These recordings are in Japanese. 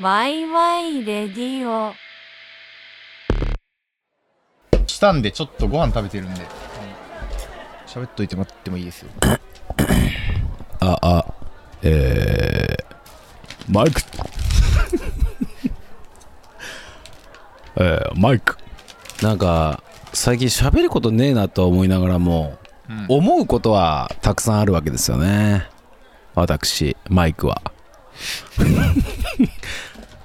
ワイワイレディオ。したんでちょっとご飯食べてるんで喋っといてもらってもいいですよあ、あ、えー、マイク。 えー、マイク。なんか、最近喋ることねえなと思いながらも、うん思うことはたくさんあるわけですよね。私、マイク は。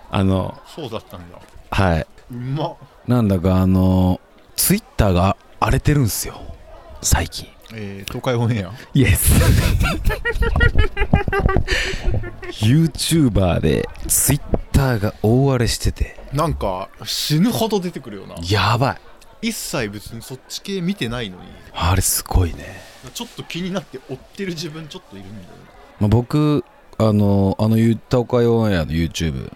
あの、そうだったんだはい。うまっなんだかあの、ツイッターが荒れてるんすよ。最近。えー、東海オンエア Yes ユーチューバーでツイッターが大荒れしててなんか死ぬほど出てくるよなやばい一切別にそっち系見てないのにあれすごいね、ちょっと気になって追ってる自分ちょっといるんだよまあ、僕あのあのゆったおかよオンエアの YouTube な、うん、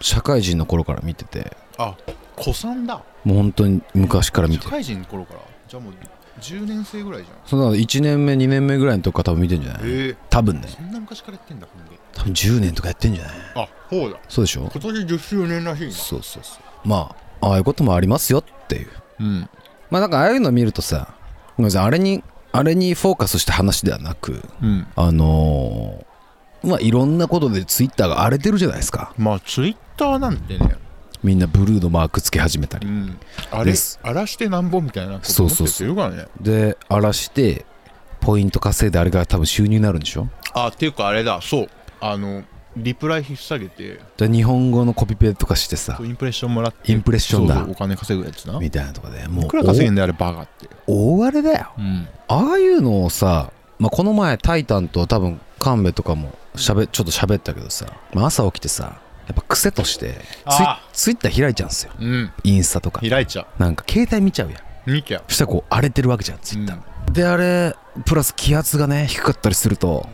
社会人の頃から見ててあ子さんだもう本当に昔から見社て会人の頃からじゃあもう10年生ぐらいじゃんそんなの1年目2年目ぐらいのとこから多分見てんじゃないええ多分ねそんな昔からやってんだほんで多分10年とかやってんじゃないあほうだそうでしょ今年10周年らしいそうそうそうまあああいうこともありますよっていううんまあなんかああいうの見るとさごめんなさいあれにあれにフォーカスした話ではなくうんあのーまあいろんなことでツイッターが荒れてるじゃないですかまあツイッターなんてねみんなブルーのマークつけ始めたりん、あでれす荒らしてなんぼみたいなことそうそうすそるからねで荒らしてポイント稼いであれが多分収入になるんでしょあっていうかあれだそうあのリプライ引っ提げてで日本語のコピペとかしてさインプレッションもらってインプレッションだそうそうお金稼ぐやつなみたいなとかでもういくら稼げんだよあれバカってお大荒れだようんああいうのをさ、まあ、この前「タイタン」と多分神戸とかもしゃべちょっと喋ったけどさ、まあ、朝起きてさやっぱ癖としてツイあツイッター開いちゃうんですようんインスタとか開いちゃなんか携帯見ちゃうやんう見ちゃうそしたらこう荒れてるわけじゃんツイッター、であれプラス気圧がね低かったりすると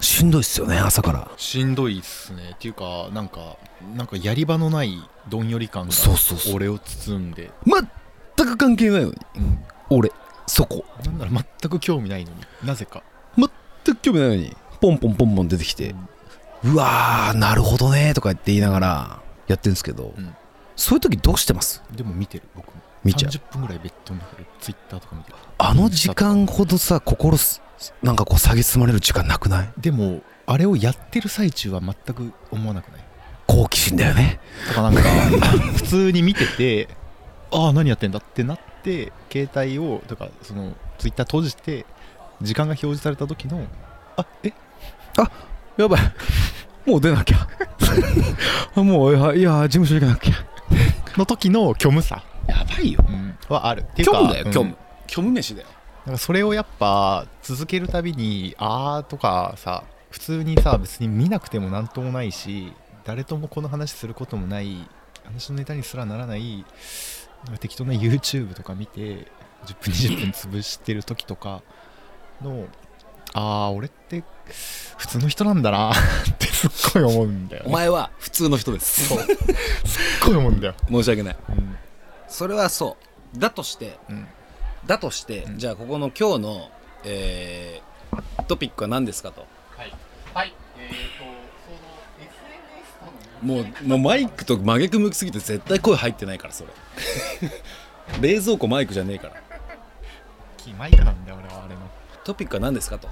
しんどいっすよね朝からしんどいっすねっていうかなんかなんかやり場のないどんより感がそうそうそう俺を包んで全く関係ないのにうん俺そこなんなら全く興味ないのになぜか全く興味ないのにポンポンポンポン出てきてうわーなるほどねーとか言って言いながらやってるんですけど、うんそういう時どうしてますでも見てる僕も見ちゃう30分ぐらいベッドの中でツイッターとか見てるあの時間ほどさ心すなんかこう下げすまれる時間なくないでもあれをやってる最中は全く思わなくない好奇心だよねとか なんか普通に見ててああ何やってんだってなって携帯をとかそのツイッター閉じて時間が表示された時のあえやばいもう出なき ゃもういやいや事務所行かなきゃの時の虚無さ、やばいようん、はあるっていう虚か無だようん虚無虚無飯だよなんかそれをやっぱ続けるたびにあーとかさ普通にさ別に見なくても何ともないし誰ともこの話することもない話のネタにすらならないなんか適当な YouTube とか見て10分20分潰してる時とかのあー俺って普通の人なんだなってすっごい思うんだよ、おね、前は普通の人ですそうすっごい思うんだよ、 申し訳ないうんそれはそうだとしてうんだとして、じゃあここの今日の、えートピックは何ですかともうもうマイクと真逆向きすぎて絶対声入ってないからそれ 冷蔵庫マイクじゃねえからキーマイクなんだよ俺はあれのトピックは何ですかと、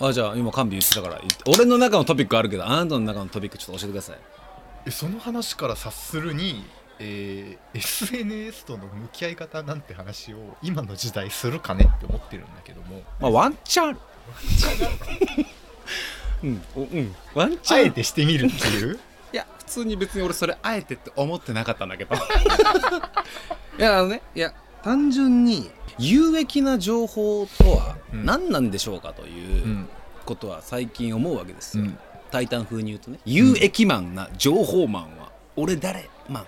あじゃあ今カンビ言ってたから言って俺の中のトピックあるけどあなたの中のトピックちょっと教えてくださいえその話から察するに、えー SNS との向き合い方なんて話を今の時代するかねって思ってるんだけどもまあワンチャンあるうん、おうん、ワンチあャンえてしてみるっていういや普通に別に俺それあえてって思ってなかったんだけど いやあのねいや単純に有益な情報とはうん何なんでしょうかということは最近思うわけですよ、うんタイタン風に言うとね有益マンな情報マンは俺誰マ ン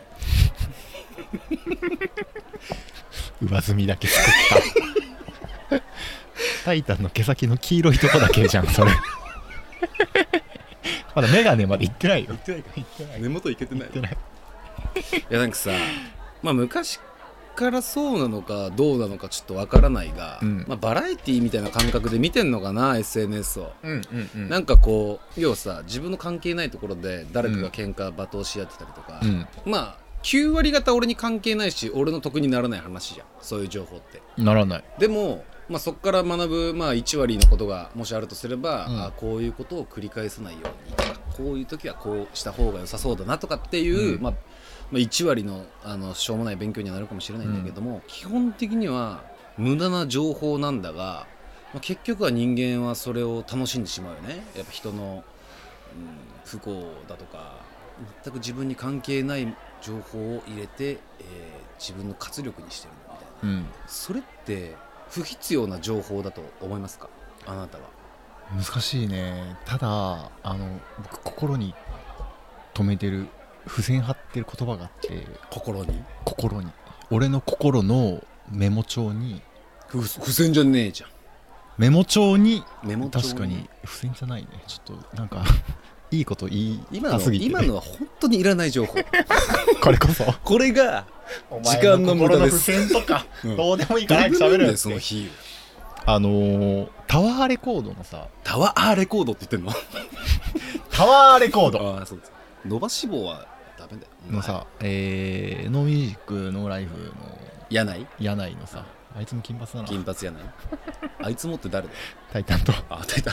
上積みだけ作ったタイタンの毛先の黄色いとこだけじゃんそれまだ眼鏡までいってないよいってないかいってない根元いけてないてないやなんかさまあ昔からそうなのかどうなのかちょっとわからないが、うんまあ、バラエティーみたいな感覚で見てんのかな SNS を。うんうんうんなんかこう要はさ自分の関係ないところで誰かが喧嘩罵倒し合ってたりとか、まあ9割方俺に関係ないし俺の得にならない話じゃんそういう情報ってうん、ならないでも、まあ、そこから学ぶ、まあ、1割のことがもしあるとすれば、うんあこういうことを繰り返さないようにとかこういう時はこうした方が良さそうだなとかっていう、うんまあまあ、1割のあのしょうもない勉強にはなるかもしれないんだけども、基本的には無駄な情報なんだが、まあ、結局は人間はそれを楽しんでしまうよねやっぱ人の、うん、不幸だとか全く自分に関係ない情報を入れて、えー自分の活力にしてるみたいな。うんそれって不必要な情報だと思いますかあなたは難しいねただあの僕心に留めてる付箋貼ってる言葉があって心に心に俺の心のメモ帳に不不全じゃねえじゃメモ帳にんメモ帳確かに付箋じゃないねちょっとなんか いいこと言い今たのすぎて今のは本当にいらない情報これこ そ これが前の時間の無駄です心付箋とかうんうでもいいだいぶなんだよその比喩あのータワーレコードのさタワーレコードって言ってんのタワーレコーああそうです伸ばし棒はダメだよのさ、えー、ノーミュージックノーライフの柳柳井のさあいつも金髪だな金髪 柳あいつもって誰だタイタン とあ出た、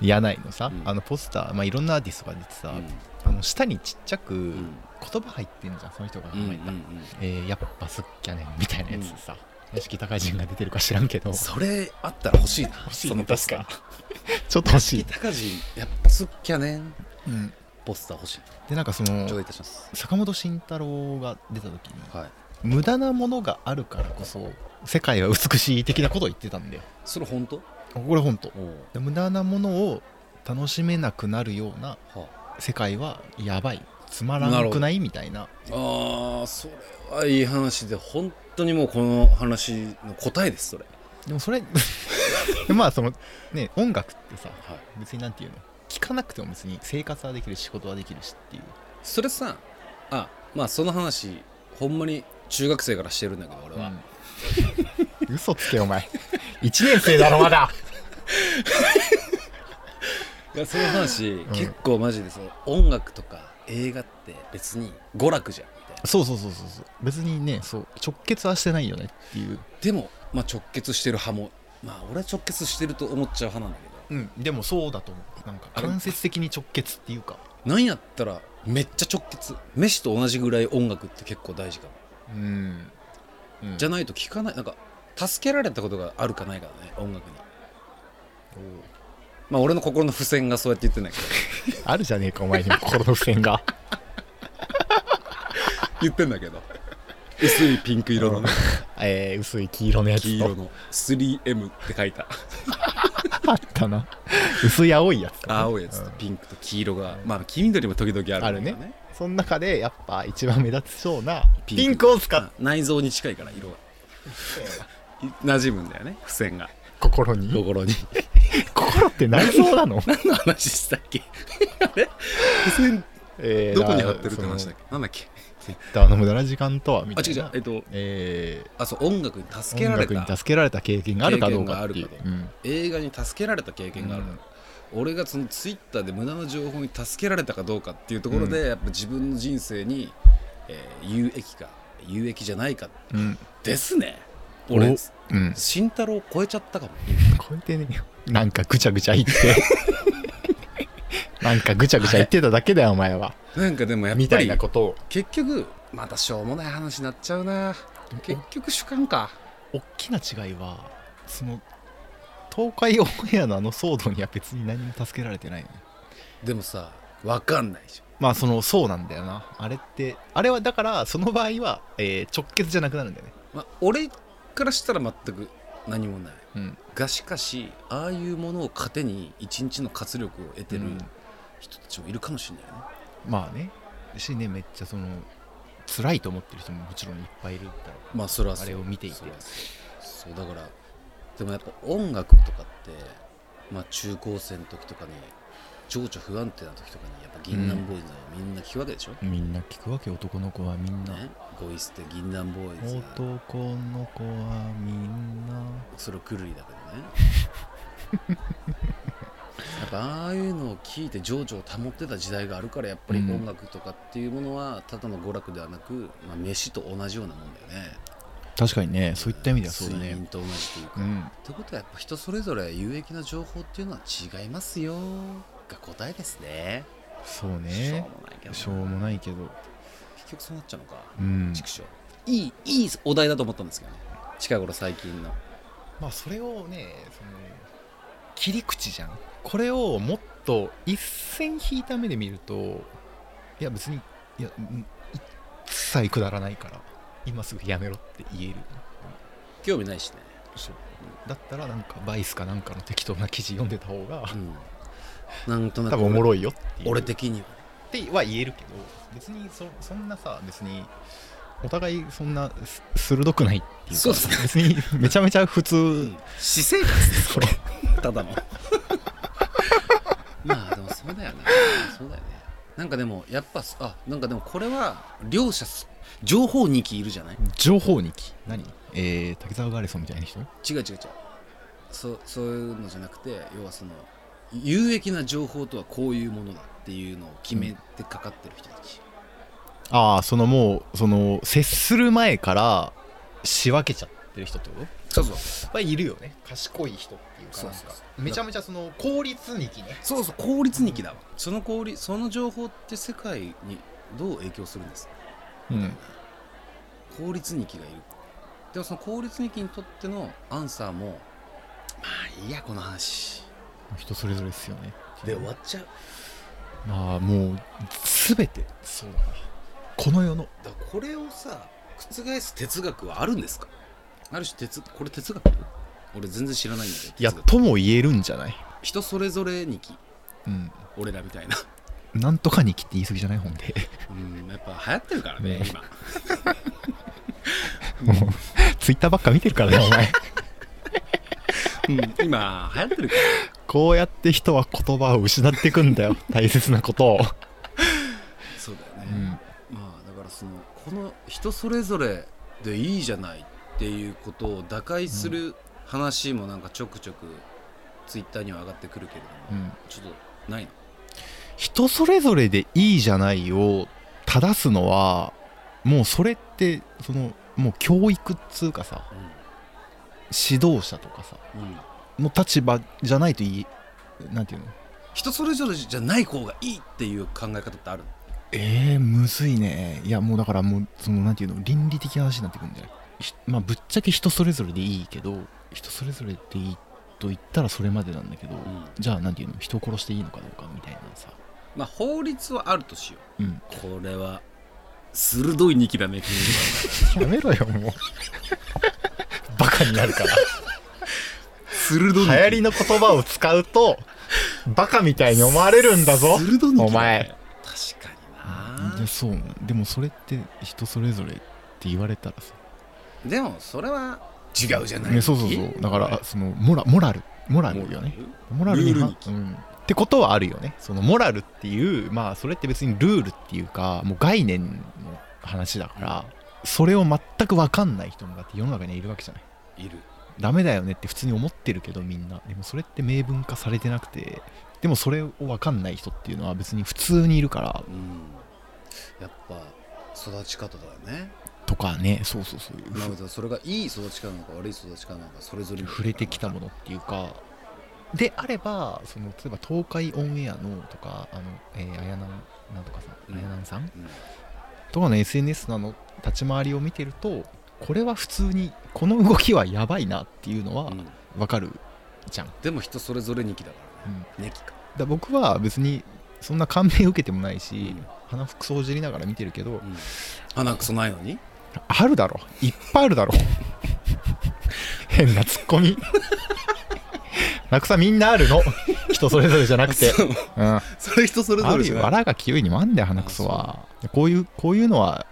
柳井のさ、うんあのポスター、まあ、いろんなアーティストが出てさ、うんあの下にちっちゃくう言ん葉入ってんじゃんその人が考うんうんうえた、んえー、やっぱすっきゃねんみたいなやつさ屋敷高人が出てるか知らんけどそれあったら欲しいな欲しいねそのポスター ちょっと欲しい、高人やっぱすっきゃねんうん、ポスター欲しいでなんかそ頂戴のいたします坂本慎太郎が出た時にはい無駄なものがあるからこそ世界は美しい的なことを言ってたんだよそれ本当これ本当おうで無駄なものを楽しめなくなるようなは世界はやばいつまらなくないみたいなああーそれはいい話で本当にもうこの話の答えですそれでもそれでまあそのね音楽ってさはい別になんていうの聞かなくても別に生活はできる仕事はできるしっていうそれさあまあその話ほんまに中学生からしてるんだけど俺は、うん嘘つけお 前1年生だろまだいやその話、ん結構マジでその音楽とか映画って別に娯楽じゃんみたいなそうそうそうそうそう別にねそう直結はしてないよねっていう、でも、まあ、直結してる派もまあ俺は直結してると思っちゃう派なんだけうどん、でもそうだと思うなんか間接的に直結っていうかなんやったらめっちゃ直結飯と同じぐらい音楽って結構大事かもうん、うん、じゃないと聞かないなんか助けられたことがあるかないからね音楽にまあ俺の心の付箋がそうやって言ってん だけどあるじゃねえかお前にも心の付箋 が言ってんだけど薄いピンク色のね えー、薄い黄色のやつと黄色の 3M って書いたあったな薄い青いやつとかね青いやつとピンクと黄色がまあ黄緑も時々あるんだよあるねその中でやっぱ一番目立ちそうなピピンンククを使っあ内臓に近いから色が馴染むんだよね付箋が心に心に心って内臓な の何の話したっけあれ付箋えどこに貼ってるって話だっけなんだっけけあの無駄な時間とはみあた違うい違なうえっとえあそう音楽にー助けられ音た楽に助けられた経験があるかどうかっていう経験があるかど映画に助けられた経験がある、俺がそのツイッターで無駄な情報に助けられたかどうかっていうところで、やっぱ自分の人生に、えー有益か有益じゃないかうんうんですね俺おうん慎太郎を超えちゃったかも超えてねえよなんかぐちゃぐちゃ 言ってなんかぐちゃぐちゃ言ってただけだよお前はなんかでもやっみぱたいりなことを結局またしょうもない話になっちゃうな結局主観か大きな違いはその東海オンエアのあの騒動には別に何も助けられてないよねでもさわかんないじまあそのそうなんだよなあれってあれはだからその場合は、えー直結じゃなくなるんだよねゃん、まあ、俺からしたら全く何もないうんがしかしああいうものを糧に一日の活力を得てる人たちもいるかもしれないよね、まあねしねめっちゃその辛いと思ってる人ももちろんいっぱいいるだろまあそれはうあれを見ていてそうそうだからでもやっぱ音楽とかって、まあ、中高生の時とかに情緒不安定な時とかにやっぱ銀杏ボーイズはみんな聞くわけでしょ、みんな聞くわけ男の子はみんな、ね、ゴイスって銀杏ボーイズ男の子はみんなそれをくるりだけどね やっぱああいうのを聞いて情緒を保ってた時代があるからやっぱりうん音楽とかっていうものはただの娯楽ではなく、まあ、飯と同じようなもんだよね確かにねそういった意味ではそうだ睡ね眠と同じというか、うっんてことはやっぱ人それぞれ有益な情報っていうのは違いますよが答えですねそうしょねうもないけどなしょうもないけど結局そうなっちゃうのか、うん畜生いいいいお題だと思ったんですけどね近頃最近のまあそれをねその切り口じゃんこれをもっと一線引いた目で見るといや別にいやうん一切くだらないから今すぐやめろって言える興味ないしねだったらなんかバイスかなんかの適当な記事読んでた方がうん、なんとなく多分おもろいよっていう俺的にはっては言えるけど別にそそんなさ別にお互いそんなす鋭くないっていうかそうっすね別にめちゃめちゃ普通私生活ですこれただの まあでもそうだよねそうだよねなんかでもやっぱあなんかでもこれは両者す情報2機いるじゃない情報日記何えー、滝沢ガーレソンみたいな人違う違う違うそそういうのじゃなくて要はその有益な情報とはこういうものだっていうのを決めてかかってる人たち、ああそのもうその接する前から仕分けちゃってる人ってことやそうそうっぱりいるよね賢い人っていうかそうなんそうかそうめちゃめちゃその効率日記ねそうそう効率日記だわその効率その情報って世界にどう影響するんですかうん効率日記がいるでもその効率日記にとってのアンサーもまあいいやこの話人それぞれですよねで終わっちゃうまあもう全てそうだなこの世のだからこれをさ覆す哲学はあるんですかある種哲これ哲学俺全然知らないんだけどいや哲学とも言えるんじゃない人それぞれ日記うん俺らみたいななんとかに来って言い過ぎじゃない本でうんやっぱ流行ってるからねね今もう ツイッターばっか見てるからねお前うん今流行ってるから こうやって人は言葉を失っていくんだよ大切なことを、そうだよね、うん、まあだからそのこの人それぞれでいいじゃないっていうことを打開する話もなんかちょくちょくツイッターには上がってくるけれども、うんちょっとないの人それぞれでいいじゃないを正すのはもうそれってそのもう教育っつうかさ指導者とかさうん、うん、の立場じゃないといいなんていうの人それぞれじゃない方がいいっていう考え方ってあるのえー、むずいねいやもうだからもうそのなんていうの倫理的な話になってくるんじゃないひまあぶっちゃけ人それぞれでいいけど人それぞれでいいと言ったらそれまでなんだけど、んじゃあなんていうの人を殺していいのかどうかみたいなさまあ法律はあるとしようんうこれは鋭い日記だね君は やめろよ もうバカになるから鋭い流行りの言葉を使う とバカみたいに思われるんだぞ鋭い日記だねお前確かいにやなそうでもそれって人それぞれって言われたらさでもそれは違うじゃない、ね、そうそうそうだからそのモラモラルモラルよねモラルにルールはにうん、ってことはあるよねそのモラルっていうまあそれって別にルールっていうかもう概念の話だからそれを全く分かんない人もだって世の中にはいるわけじゃないいるダメだよねって普通に思ってるけどみんなでもそれって明文化されてなくてでもそれを分かんない人っていうのは別に普通にいるからうん、やっぱ育ち方だよね、とかねそうそうそうまあ、別にそれがいい育ち方なのか悪い育ち方なのかそれぞれに触れてきたものっていうかであればその例えば東海オンエアのとかあの、えー、綾南なんとかさうんん綾南さんうんとかの SNS なの立ち回りを見てるとこれは普通にこの動きはやばいなっていうのはうんわかるじゃん、でも人それぞれ2期だかうん、らね2期かだ僕は別にそんな感銘受けてもないし、うん鼻くそをじりながら見てるけどうん鼻くそないのにあるだろいっぱいあるだろ変なツッコミ鼻くさみんなあるの人それぞれじゃなくて そううんそれ人それあぞれるじゃよない腹が清いにもあんだよ鼻くそはこういうこういうのは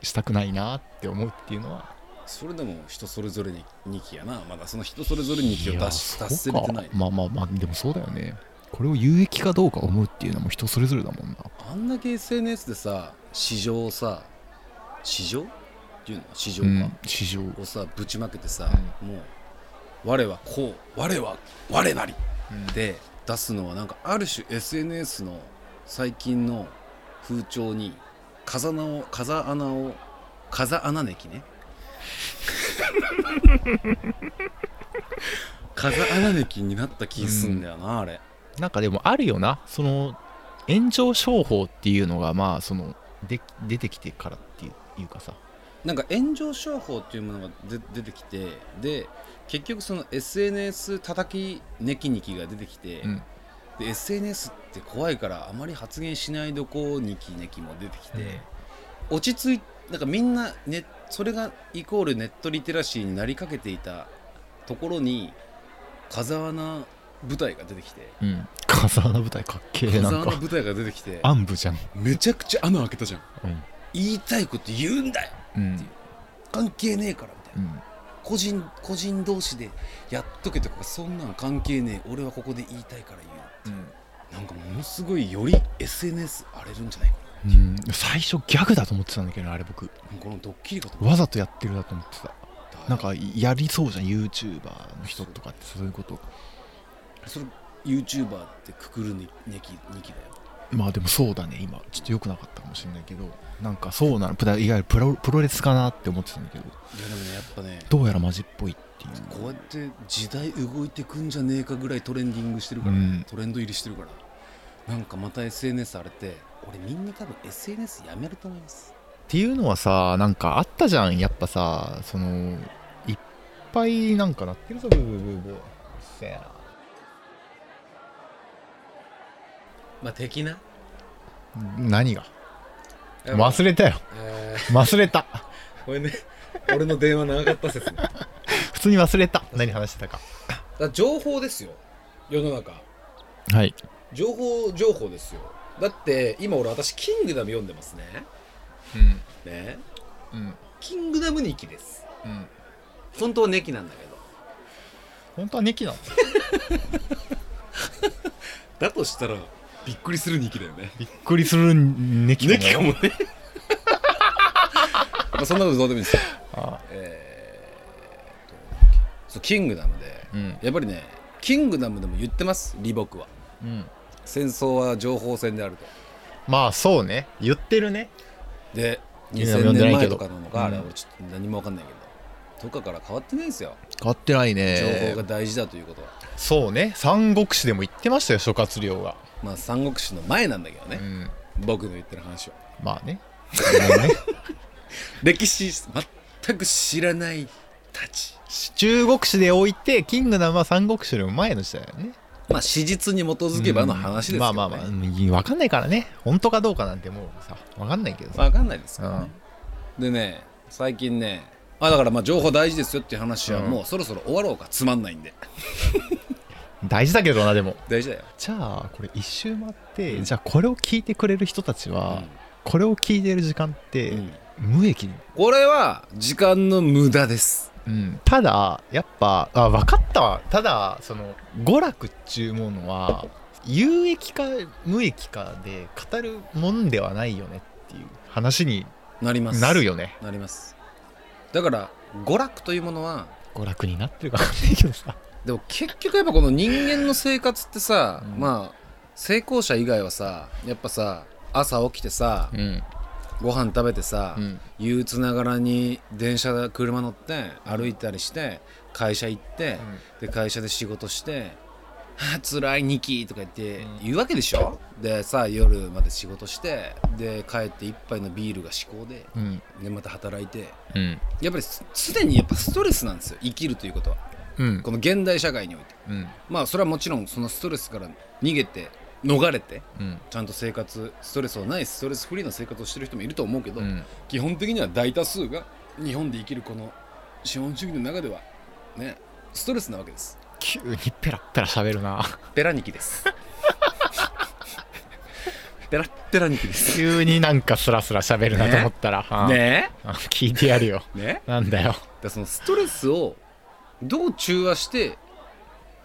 したくないなって思うっていうのはそれでも人それぞれに2期やなまだその人それぞれ2期を出しいや達せれてないそうかまあまあまあでもそうだよねこれを有益かどうか思うっていうのも人それぞれだもんなあんだけ SNS でさ市場をさ市場っていうの市場うか、ん市場をさぶちまけてさ、もう我はこう我は我なりで出すのはなんかある種 SNS の最近の風潮に風穴を風穴を風穴ねきね風穴ねきになった気すんだよな、あれなんかでもあるよなその炎上商法っていうのがまあそので出てきてからっていういうかさなんか炎上商法っていうものがで出てきてで結局その SNS 叩きネキネキが出てきて、うんで SNS って怖いからあまり発言しないどこネキネキも出てきて、落ち着いなんかみんな、ね、それがイコールネットリテラシーになりかけていたところに風穴舞台が出てきてうん風穴舞台かっけえ風な穴んか舞台が出てきて暗部じゃんめちゃくちゃ穴開けたじゃんうん言いたいこと言うんだようん関係ねえからみたいな。うん個人個人同士でやっとけとかそんなん関係ねえ俺はここで言いたいから言うなんかものすごいより SNS 荒れるんじゃないかうん、最初ギャグだと思ってたんだけどあれ僕なこのドッキリかと思っわざとやってるだと思ってたたなんかやりそうじゃん YouTuber の人とかってそういうことそれ YouTuber ってくくるにねきにきだよまあでもそうだね今ちょっと良くなかったかもしれないけどなんかそうなのプラいわゆるプロプロレスかなって思ってたんだけどいやでもねやっぱねどうやらマジっぽいっていうこうやって時代動いてくんじゃねえかぐらいトレンディングしてるから、うんトレンド入りしてるからなんかまた SNS 荒れて俺みんな多分 SNS やめると思いますっていうのはさなんかあったじゃんやっぱさそのいっぱいなんかなってるぞブーブーブーブーうっせえなまあ的な何が忘れたよえ忘れた ー、これね俺の電話長かった説ね普通に忘れた何話してたかだから情報ですよ世の中はい情報情報ですよだって今俺私「キングダム」読んでますねねうんうんキングダム2期ですうん本当は2期なんだけど本当はネキなのだとしたらびっくりする2期だよねびっくりするネキ2期か もねまあそんなことどうでもいいですよあえーっとそうキングダムでうんやっぱりねキングダムでも言ってます李牧はうん戦争は情報戦であるとまあそうね言ってるねでいや読2000んでな年いけ前どとかなのかあれうん俺ちょっと何も分かんないけどとかから変わってないですよ変わってない情ね報が大事だということはそうね三国志でも言ってましたよ諸葛亮がまあ三国志の前なんだけどうねん僕の言ってる話はまあねごめんね歴史全く知らないたち中国史で置いてキングダムは三国志よりも前の時代だよねまあ史実に基づけばの話ですけどねうんまあまあまあうん分かんないからね本当かどうかなんてもうさ分かんないけどさ、わかんないですからねでね最近ねあだからまあ情報大事ですよっていう話はうんもうそろそろ終わろうかつまんないんで大事だけどなでも大事だよじゃあこれ一周回って、じゃあこれを聞いてくれる人たちは、うんこれを聞いてる時間って、うん無益に、これは時間の無駄ですうん、ただやっぱあ分かったわただその娯楽っちゅうものは有益か無益かで語るもんではないよねっていう話になりますなるよねなりますだから娯楽というものは娯楽になってるか分かんないけどさでも結局やっぱこの人間の生活ってさ、うんまあ成功者以外はさやっぱさ朝起きてさうんご飯食べてさ、うん憂鬱ながらに電車車乗って歩いたりして会社行って、で会社で仕事して「はあ辛いニキ」とか言ってうん言うわけでしょ、でさ夜まで仕事してで帰って一杯のビールが至高でうんでまた働いてうんやっぱりす常にやっぱストレスなんですよ生きるということはうんこの現代社会において。うんまあそれはもちろんそのストレスから逃げて逃れてうんちゃんと生活ストレスをないストレスフリーな生活をしてる人もいると思うけど、うん基本的には大多数が日本で生きるこの資本主義の中ではねストレスなわけです急にペラッペラ喋るなペラニキですペラッペラニキです急になんかスラスラ喋るなと思ったら、あねあ聞いてやるよえねなんだよだからそのストレスをどう中和して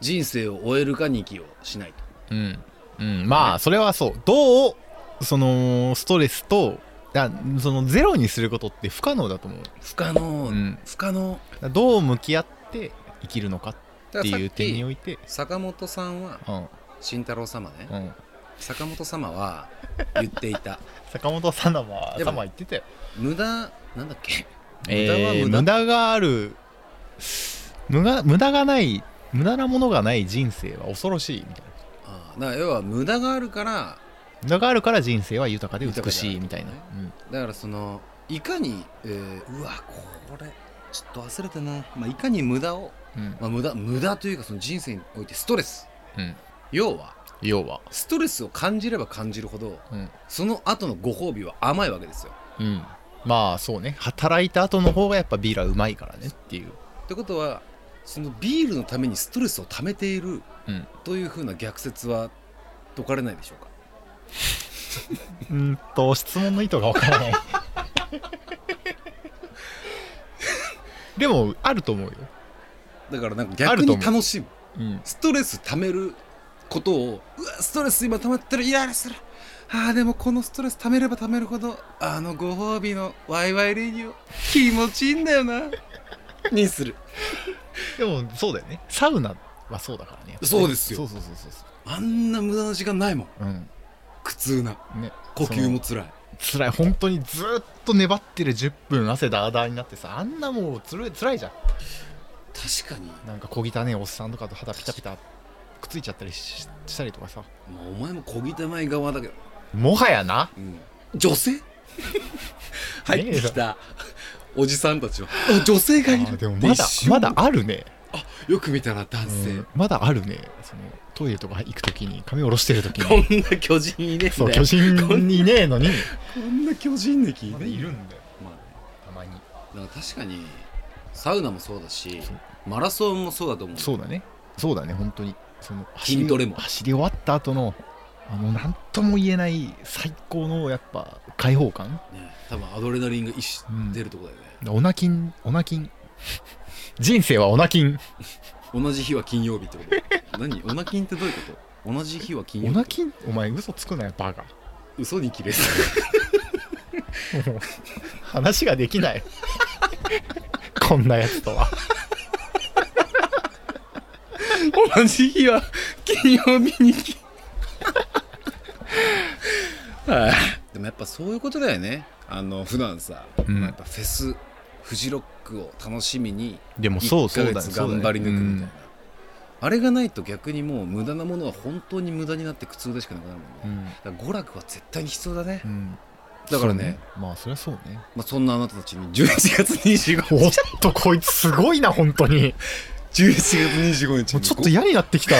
人生を終えるかニキをしないとうん、うん、まあそれはそうどうそのストレスとあそのゼロにすることって不可能だと思う不可能、うん不可能だからどう向き合って生きるのかっていう点において坂本さんはうん慎太郎様ね、うん坂本様は言っていた坂本さんはでも様言ってたよ、無駄なんだっ け無駄はえー無駄無駄がある無駄無駄がない無駄なものがない人生は恐ろしいみたいなああだから要は無駄があるから無駄があるから人生は豊かで美しいみたいな、豊うんだからそのいかに、えーうわこれちょっと忘れたな、まあ、いかに無駄を、うんまあ、無駄無駄というかその人生においてストレスうん、要は要はストレスを感じれば感じるほどうん、その後のご褒美は甘いわけですよ。うん、まあそうね働いた後の方がやっぱビールはうまいからねっていうってことはそのビールのためにストレスを溜めているうんというふうな逆説は解かれないでしょうかうんと質問の意図がわからない でもあると思うよ、だからなんかあ逆るとに思う楽しむうん、ストレス溜めることをうわストレス今溜まってるイライラするあーでもこのストレス溜めれば溜めるほどあのご褒美のワイワイレディオ気持ちいいんだよなにするでもそうだよねサウナはそうだからねやっぱねそうですよそうそうそうそうそあんな無駄な時間ないもんううん苦痛なね呼吸も辛いつらい本当にずっと粘ってる10分汗だーだーになってさあんなもうつるつらいじゃん確かになんか小汚ねえおっさんとかと肌ピタピタくっついちゃったりししたりとかさまあお前も小汚い側だけど、もはやなうん女 性入ってきたおじさんたちはあ女性がいあーるでもまだ一瞬まだあるねあよく見たら男性、うんまだあるねそのトイレとか行くときに髪下ろしてるときこにんな巨人いねえんそうだ巨よ人にいねえのにこんな巨人歴いねえよんだよまあねたまになんか確かにサウナもそうだしそうマラソンもそうだと思うそうだねそうだね本当にその筋トレも走り走り終わった後のあの何とも言えない最高のやっぱ開放感ね、多分アドレナリンが一しうん出るとこだよね、オナキンオナキン人生はオナキン同じ日は金曜日ってこと 何オナキンってどういうこと同じ日は金曜オ日ナキンお前嘘つくなよバカ嘘に切れる話ができないこんなやつとは 同じ日は金曜日に切 はいでもやっぱそういうことだよねあの普段さ、んまあやっぱフェスフジロックを楽しみにでもそうそう1だヶね月そうだ頑ね張り抜くみたいうな、んあれがないと逆にもう無駄なものは本当に無駄になって苦痛でしかなくなるもんね、うんだから娯楽は絶対に必要だね、うんだからねそうまあそりゃそうねまあ、そんなあなたたちに11月25日おっとこいつすごいな本当に11月25日もうちょっと嫌になってきた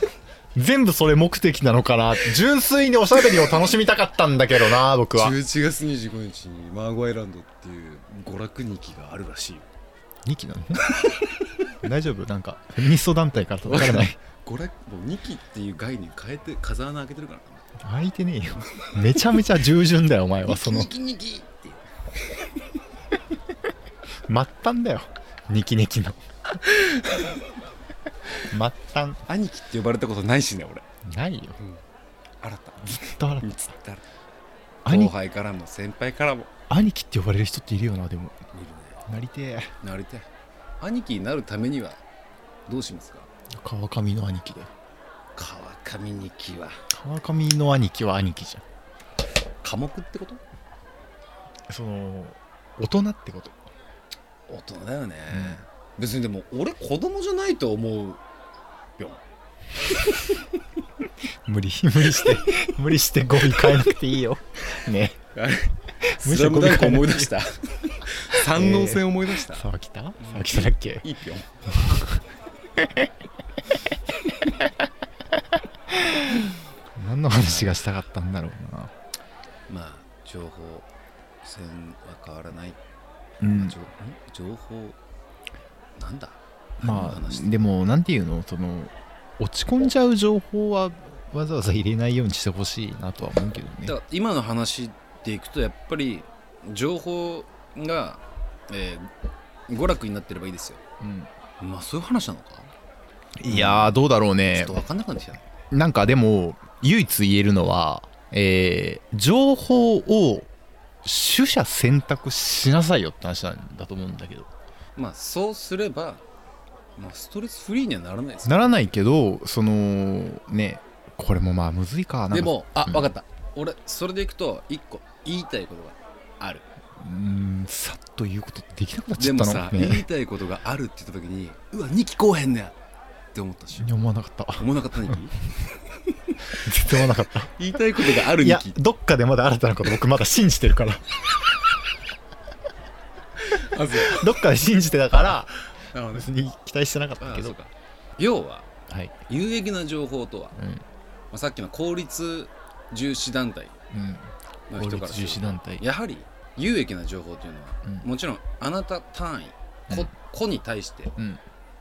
全部それ目的なのかな純粋におしゃべりを楽しみたかったんだけどな僕は11月25日にマーゴアイランドっていう娯楽日記があるらしいよ2期なの大丈夫なんかフェミニスト団体から叩かれない娯楽もう2期っていう概念変えて風穴開けてるから開いてねえよめちゃめちゃ従順だよお前なはその2期2期って末端だよニキニキの 末端兄貴って呼ばれたことないしね俺ないよ新 たずっと笑っ見つったら後兄輩からも先輩からも兄貴って呼ばれる人っているよなでも見るねなりてえなりたい兄貴になるためにはどうしますか川上の兄貴だよ川上に貴は川上の兄貴は兄貴じゃん寡黙ってことその大人ってこと大人だよね、別にでも俺子供じゃないと思うよ無理無理して 無理して語尾変えなくていいよね あれむスしラろムこダれンクかな思い出した三能線思い出 した、沢北沢北だっけいいぴょん何の話がしたかったんだろうなまあ情報線は変わらない、うん情ん情報なんだま何の話あでもなんていうのその落ち込んじゃう情報はわざわざ入れないようにしてほしいなとは思うけどだねから今の話でいくとやっぱり情報が、えー娯楽になってればいいですようんまあそういう話なのかいやーどうだろうちょねっと分かんなくなってきたなんかでも唯一言えるのは、えー情報を取捨選択しなさいよって話なんだと思うんだけどまあそうすれば、まあ、ストレスフリーにはならないですよならないけどそのねこれもまあむずいかなんかでもあうん分かった俺それでいくと一個言いたいことがあるうーんさっと言うことできなくなっちでゃったもの さ、ね言いたいことがあるって言った時にうわ2期後編だよって思ったしいや思わなかった 思わなかった2期絶対思わなかった言いたいことがあるい2や期どっかでまだ新たなこと僕まだ信じてるから あそうどっかで信じてたからなるほどね別に期待してなかったあけそうどか要ははい有益な情報とは、まうんあ、さっきの公立重視団体の法人から律す重る視と団体やはり有益な情報というのは、うんもちろんあなた単位う子ん,、子に対してうん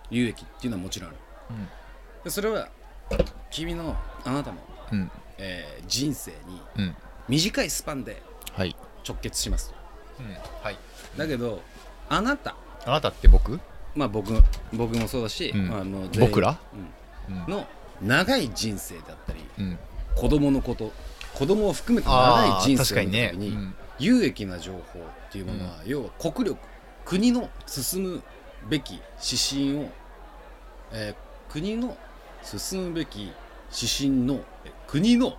有益っていうのはもちろんあるうんでそれは君のあなたの、うんえー人生にうん短いスパンではい、直結しますはいだけどあなたあなたって僕まあ僕僕もそうだし、うんまあ、もう全員僕らうんの長い人生だったりうん子供のこと子供を含めて長い人生の時にうん有益な情報っていうものは、要は国力国の進むべき指針を、えー国の進むべき指針のえ国の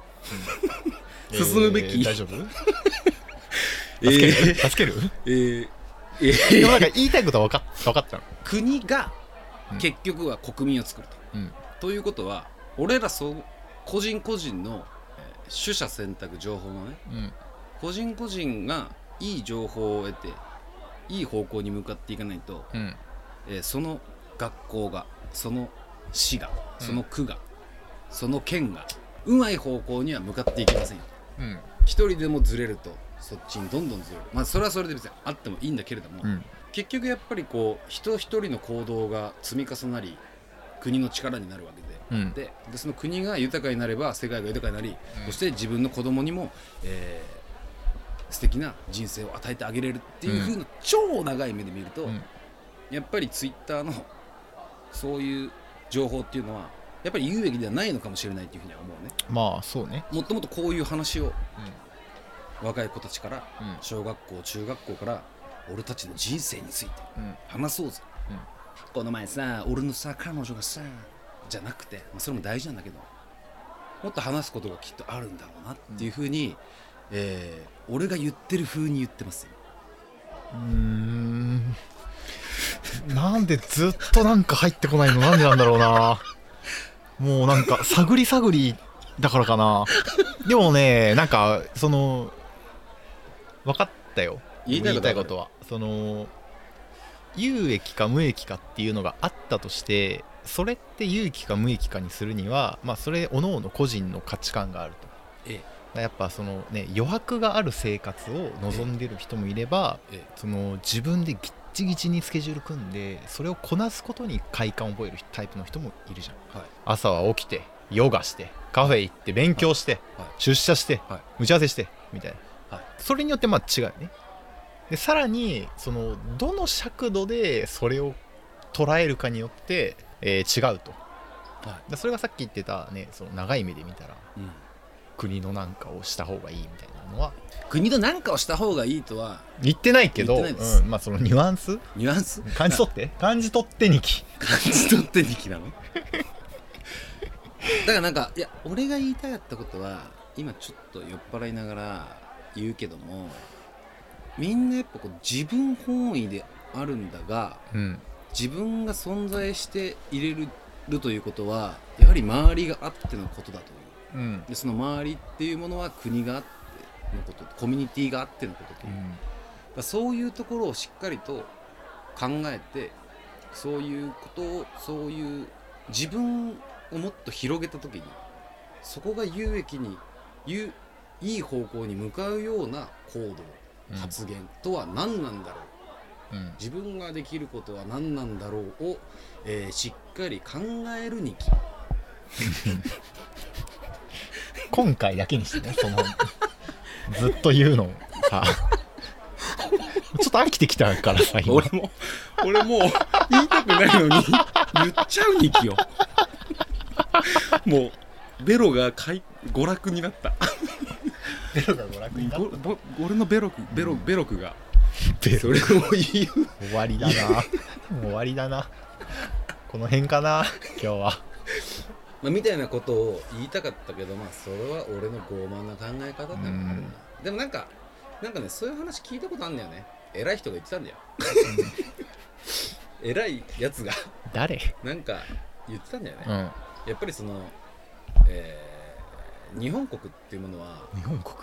進むべえきー大丈夫え助ける、ー助けるえー えでーもなんか言いたいことは分かっ分かったの国がうん結局は国民を作ると。うんということは俺らそう個人個人の、えー取捨選択情報のねうん個人個人がいい情報を得ていい方向に向かっていかないと、うんえーその学校がその市がその区が、その県がうまい方向には向かっていきませんようん一人でもずれるとそっちにどんどんずれるまあそれはそれで別にあってもいいんだけれども、うん結局やっぱりこう人一人の行動が積み重なり国の力になるわけでうんででその国が豊かになれば世界が豊かになり、うんそして自分の子供にも、えー素敵な人生を与えてあげれるっていう風な、超長い目で見ると、うんやっぱりツイッターのそういう情報っていうのはやっぱり有益ではないのかもしれないっていうふうには思うねまあそうねもっともっとこういう話をう若い子たちからんうん小学校中学校から俺たちの人生についてうん話そうぜ、うんこの前さ俺のさ彼女がさじゃなくて、まあ、それも大事なんだけどもっと話すことがきっとあるんだろうなっていうふうに、えー俺が言ってる風に言ってますようーんなんでずっとなんか入ってこないのなんでなんだろうなもうなんか探り探りだからかなでもねなんかその分かったよ言いたいことははその有益か無益かっていうのがあったとしてそれって有益か無益かにするにはまあそれ各々個人の価値観があるとえやっぱそのね余白がある生活を望んでる人もいればええその自分でギッチギチにスケジュール組んでそれをこなすことに快感を覚えるタイプの人もいるじゃんはい朝は起きてヨガしてカフェ行って勉強して、はいはい出社して、はい打ち合わせしてみたいな、はいそれによってまあ違うよねでさらにそのどの尺度でそれを捉えるかによって、えー違うと、いだそれがさっき言ってたねその長い目で見たらうん国のなんかをした方がいいみたいなのは国と何かをした方がいいとは言ってないけど言ってないですうんまあそのニュアンスニュアンス感じ取って感じ取ってにき感じ取ってきなのだからなんかいや俺が言いたかったことは今ちょっと酔っ払いながら言うけどもみんなやっぱこう自分本位であるんだがうん自分が存在していれるということはやはり周りがあってのことだといううんでその周りっていうものは国があってのことコミュニティがあってのことという、だからそういうところをしっかりと考えてそういうことをそういう自分をもっと広げた時にそこが有益に有いい方向に向かうような行動発言とは何なんだろう、うん自分ができることは何なんだろうを、えーしっかり考えるにき今回だけにしてねそのずっと言うの さちょっと飽きてきたからさ今俺も俺もう言いたくないのに言っちゃうにきよもうベロが快娯楽になったベロが娯楽になごぼ俺のベロクベロベロクがベそロれを言う終わりだなもう終わりだなこの辺かな今日はまあ、みたいなことを言いたかったけど、まあ、それは俺の傲慢な考え方だかうら、んでもなんかなんかねそういう話聞いたことあんだよね偉い人が言ってたんだよ 偉いやつが誰なんか言ってたんだよね、うんやっぱりその、えー日本国っていうものは、日本国うんこ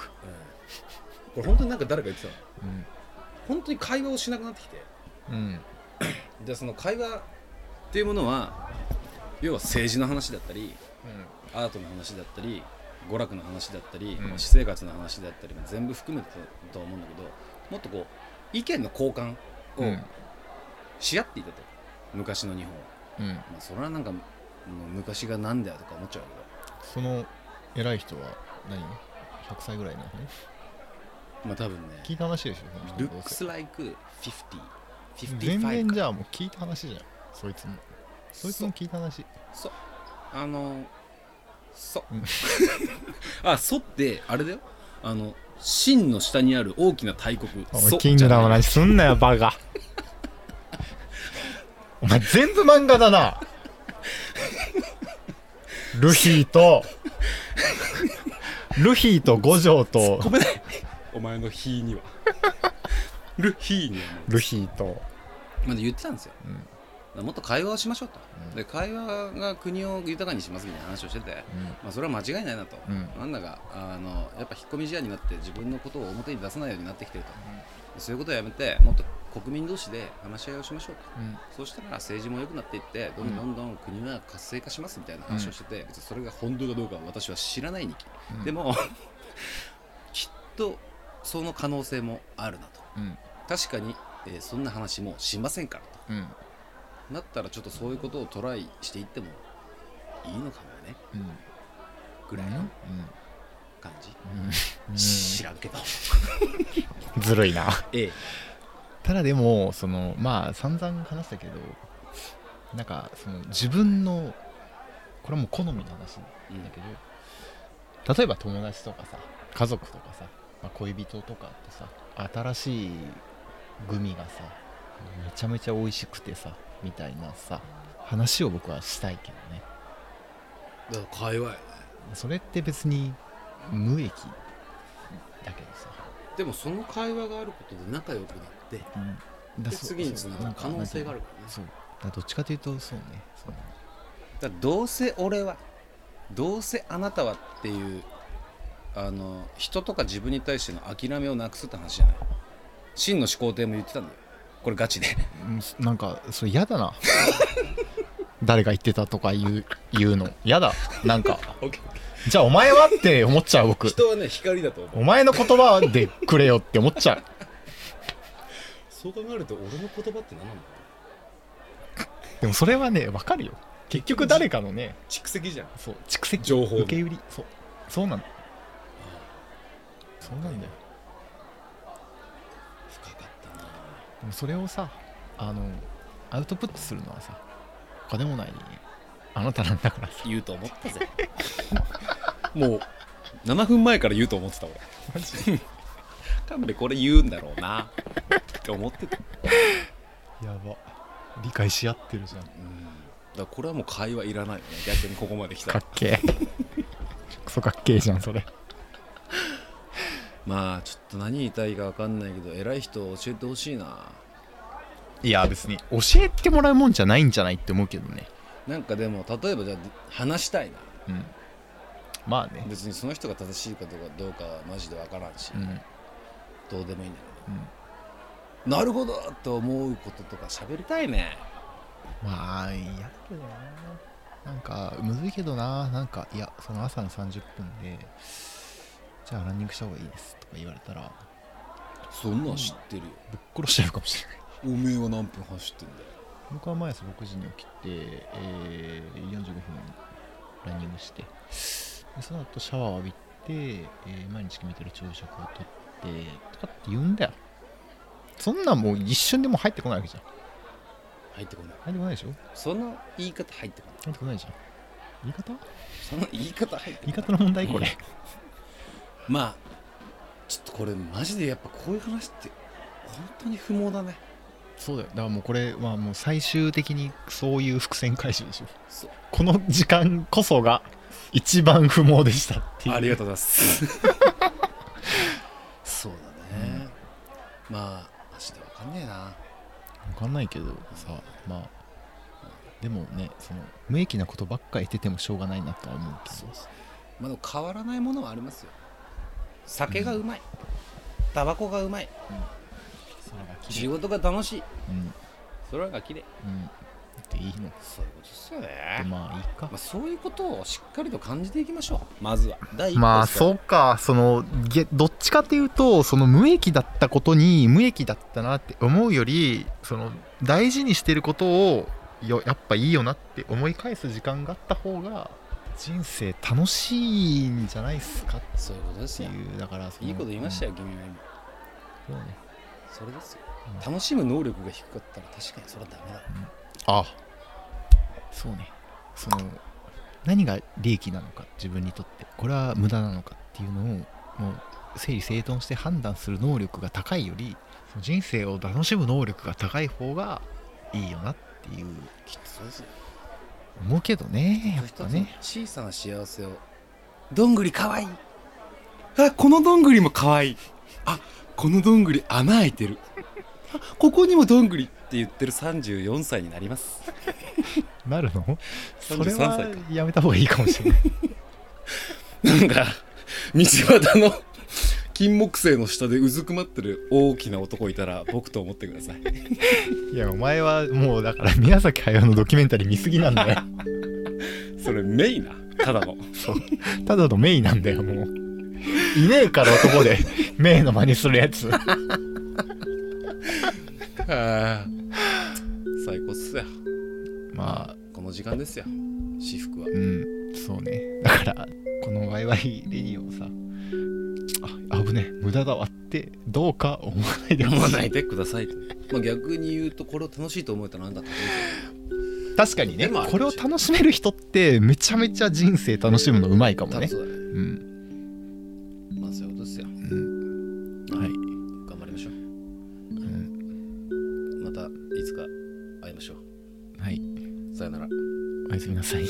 れ本当になんか誰か言ってたのうん本当に会話をしなくなってきてうんじゃあその会話っていうものは要は政治の話だったりアートの話だったり娯楽の話だったり、うんまあ私生活の話だったり、まあ全部含めてだと思うんだけどもっとこう意見の交換うんをし合っていたと、昔の日本うは、んまあ、それはなんかもう昔がなんだよとか思っちゃうその偉い人は何100歳ぐらいなのねけどまあ多分ね聞いた話でしょルックスライク50全然じゃゃあもう聞いた話じゃんそいつもそいつも聞いた話あのそ、うん あそってあれだよあの真の下にある大きな大国おそ前キングダムの話すんなよバカお前全部漫画だなルフィとルフィと五条とごめんない お前のヒーには ルヒーにはもルフィとうまだ言ってたんですよ、うんだからもっと会話をしましょうと、うんで会話が国を豊かにしますみたいな話をしてて、まあ、それは間違いないなと、うんなんだかあのやっぱ引っ込み思案になって自分のことを表に出さないようになってきてると、そういうことをやめてもっと国民同士で話し合いをしましょうとうんそうしたら政治も良くなっていってどんどんどん国は活性化しますみたいな話をしてて、別にそれが本当かどうかは私は知らないにきうんでも きっとその可能性もあるなとうん確かに、えーそんな話もしませんからとうんなったらちょっとそういうことをトライしていってもいいのかもよねうんぐらいうんの感じ、うん知らんけどずるいなええただでもそのまあ散々話したけどなんかその自分のこれはもう好みの話うんだけど例えば友達とかさ家族とかさ、まあ恋人とかってさ新しいグミがさめちゃめちゃ美味しくてさみたいなさ話を僕はしたいけどねだから会話やねそれって別に無益だけどさ、でもその会話があることで仲良くなってだでそう次につながる可能性があるからねそうだどっちかというとそうねそうねだからどうせ俺はどうせあなたはっていうあの人とか自分に対しての諦めをなくすって話じゃない真の始皇帝も言ってたんだよこれガチでうんすなんかそれ嫌だな 誰が言ってたとか言う言うの嫌だなんかじゃあお前はって思っちゃう僕人はね光だと思うお前の言葉でくれよって思っちゃうそう考えると俺の言葉って何なんだろうでもそれはねわかるよ結局誰かのね蓄積じゃんそう蓄積情報の受け売りそうそうなのそうなんだよ深かったなでもそれをさあのアウトプットするのはさ他でもないあなたなんだからさ言うと思ったぜ もう7分前から言うと思ってた俺マジ神戸これ言うんだろうなって思ってたやば理解し合ってるじゃんうんだからこれはもう会話いらないよね逆にここまで来たからっけえクソかっけえじゃんそれまあちょっと何言いたいか分かんないけど偉い人教えてほしいないや別に教えてもらうもんじゃないんじゃないって思うけどねなんかでも例えばじゃあ話したいなうんまあね別にその人が正しいかどうかどうかはマジで分からんし、うんうんどうでもいいんだけどなるほどと思うこととか喋りたいねまあ嫌だけどななんかむずいけどななんかいやその朝の30分でじゃあランニングした方がいいですとか言われたらそんなん知ってるよ、ぶっ殺しちゃうかもしれないおめえは何分走ってんだよ僕は毎朝6時に起きて、えー、45分ランニングしてでその後シャワーを浴びて、えー毎日決めてる朝食をとってとかって言うんだよそんなんもう一瞬でもう入ってこないわけじゃん入ってこない入ってこないでしょその言い方入ってこ入ってこないじゃん言い方その言い方入って言い方の問題これまあちょっとこれマジでやっぱこういう話って本当に不毛だねそうだよだからもうこれはもう最終的にそういう伏線回収でしょそうこの時間こそが一番不毛でしたっていうありがとうございます そうだね、まあマジでわかんねえな分かんないけどさまあでもねその無益なことばっか言っててもしょうがないなとは思うけどまあでも変わらないものはありますよ酒がうまい、タバコがうまい空が綺仕麗事が楽しいうんうん空が綺麗だっていいのそういうことっすよね、まあいいかまあ、そういうことをしっかりと感じていきましょうまずは第一歩まあですからそうかそのげどっちかっていうとその無益だったことに無益だったなって思うよりその大事にしてることをよやっぱいいよなって思い返す時間があった方が人生楽しいんじゃないですかっそういうことですていようだからそのいいこと言いましたよ、君はう今んそうねそれですよ、うん楽しむ能力が低かったら確かにそれはダメだあそうねその何が利益なのか自分にとってこれは無駄なのかっていうのをもう整理整頓して判断する能力が高いよりその人生を楽しむ能力が高い方がいいよなっていうきっとそうですよ思うけどねやっ一ぱつのね小さな幸せをどんぐりかわいいあこのどんぐりもかわいいあこのどんぐり穴開いてるあここにもどんぐりって言ってる34歳になりますなるのそれ33歳はかやめた方がいいかもしれ ないなんか道端の金木犀の下でうずくまってる大きな男いたら僕と思ってくださいいやお前はもうだから宮崎駿のドキュメンタリー見すぎなんだよそれメイなただのただのメイなんだよもういねえから男 でメイの真似するやつ最高っすよまあこの時間ですよ私服はうんそうねだからこのワイワイレディオをさあ危ねえ無駄だわってどうか思わないで読ほま しないでくださいと、まあ、逆に言うとこれを楽しいと思えたらなんだって確かにねでもあるしこれを楽しめる人ってめちゃめちゃ人生楽しむのうまいかも多ね分そうだねうん、まあそういうことですようん、はい、頑張りましょううん、またいつか会いましょうはいさよならおやすみなさい